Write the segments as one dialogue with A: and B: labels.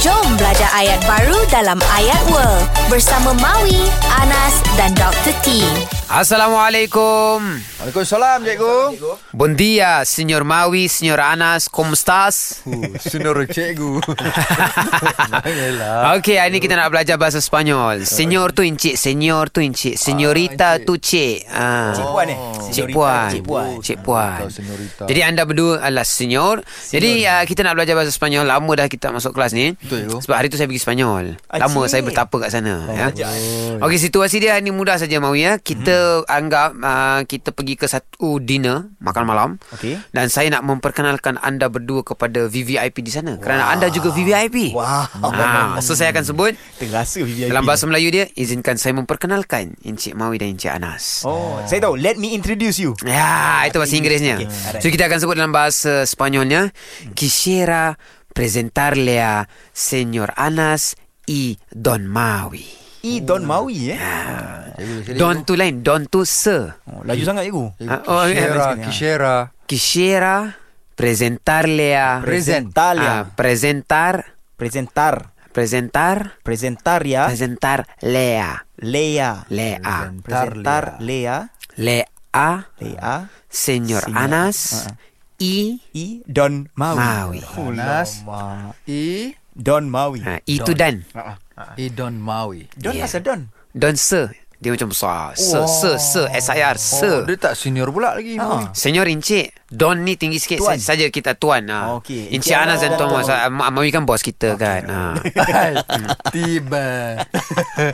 A: ada ayat baru dalam Ayat World bersama Maui, Anas dan Dr. T.
B: Assalamualaikum.
C: Waalaikumsalam, cikgu.
B: Buen día, señor Maui, señor Anas. ¿Cómo estás?
C: Uh, Senor cikgu. Yalah.
B: Okey, hari ni kita nak belajar bahasa Sepanyol. Señor tu encik, señor tu encik, señorita tu cik. Ah.
D: Cik Puan eh?
C: Oh.
B: Cik Puan.
D: Cik Puan.
B: Cik Puan.
C: Atau señorita.
B: Jadi anda berdua adalah senior. Jadi uh, kita nak belajar bahasa Sepanyol. Lama dah kita masuk kelas ni.
C: Betul, Ibu.
B: Sebab hari tu saya pergi Sepanyol. Lama
D: Acik.
B: saya bertapa kat sana. ya. Okey, situasi dia hari ni mudah saja Mawi ya. Kita anggap uh, kita pergi ke satu dinner, makan malam.
D: Okey.
B: Dan saya nak memperkenalkan anda berdua kepada VVIP di sana. Kerana anda juga VVIP.
D: Wow.
B: Ha, so saya akan sebut
D: Terasa VIP.
B: dalam bahasa Melayu dia izinkan saya memperkenalkan Encik Mawi dan Encik Anas.
D: Oh, saya tahu. Let me introduce you.
B: Ya, itu bahasa Inggerisnya.
D: Okey, alright.
B: So kita akan sebut dalam bahasa Spanyolnya quisiera presentarle a señor Anas y Don Mawi.
D: E Don
B: Oh.
D: Maui eh.
B: Don tu lain, Don tu se.
D: Oh, laju sangat cikgu.
B: Ah, oh,
C: Kishera,
D: ya.
C: Kishera.
B: Quisiera presentarle a Ah,
D: Presentalia.
B: presentar
D: Presentar.
B: presentar
D: Presentaria.
B: presentar lea
D: Lea.
B: lea
D: Presentar Lea.
B: lea
D: Lea.
B: señor
D: Señor.
B: Anas y
D: E Don Maui.
B: Maui.
D: Oh,
C: Anas.
D: lama.
C: I.
D: Don Maui.
B: Ah, itu dan
C: I Don Maui.
D: Don
B: Yeah.
D: asal Don.
B: Don se Dia macam besar Se Se Se S-I-R Se Ah.
C: Oh, dia tak senior pula lagi. Maui.
B: Senior Encik Don ni tinggi sikit
D: Ah. Tuan.
B: tuan. Saja kita tuan ha.
D: Oh, okey.
B: Encik
D: Encik
B: Anas dan
D: Anas
B: Tuan
D: dan
B: Mas
D: Tuan.
B: Mak Mawi kan bos kita kan ha.
C: Tiba.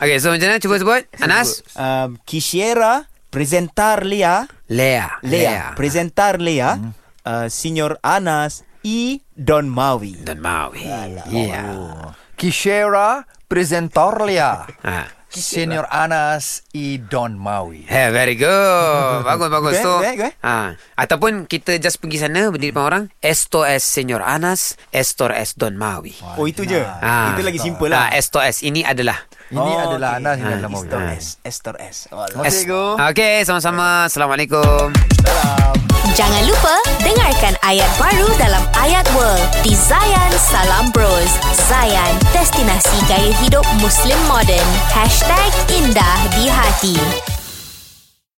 B: Okay so macam mana Cuba sebut Anas
D: Um, quisiera presentar Lea.
B: Lea Mm-hmm.
D: Lea. Presentar Lea. Uh, Señor Anas. E Don Maui.
B: Don Mawi Yeah
C: Kishera Presentorlia.
B: ha.
C: Senior Anas I Don Maui.
B: Yeah, very good. Bagus, bagus.
D: Good,
B: So,
D: good, good.
B: ha. ataupun kita just pergi sana, berdiri depan orang. Esto es Señor Anas, esto es Don Mawi.
D: Oh itu je.
B: Ah.
D: Itu lagi simple lah.
B: Ah, esto es. Ini adalah
C: Ini adalah
B: Ah,
C: Anas ini adalah Maui.
D: Estor S. Estor S. Oh,
C: Terima kasih, Go.
B: Okey, sama-sama. Assalamualaikum.
A: Jangan lupa dengarkan ayat baru dalam Ayat World di Zayan Salam Bros. Zayan, destinasi gaya hidup Muslim modern. #IndahDiHati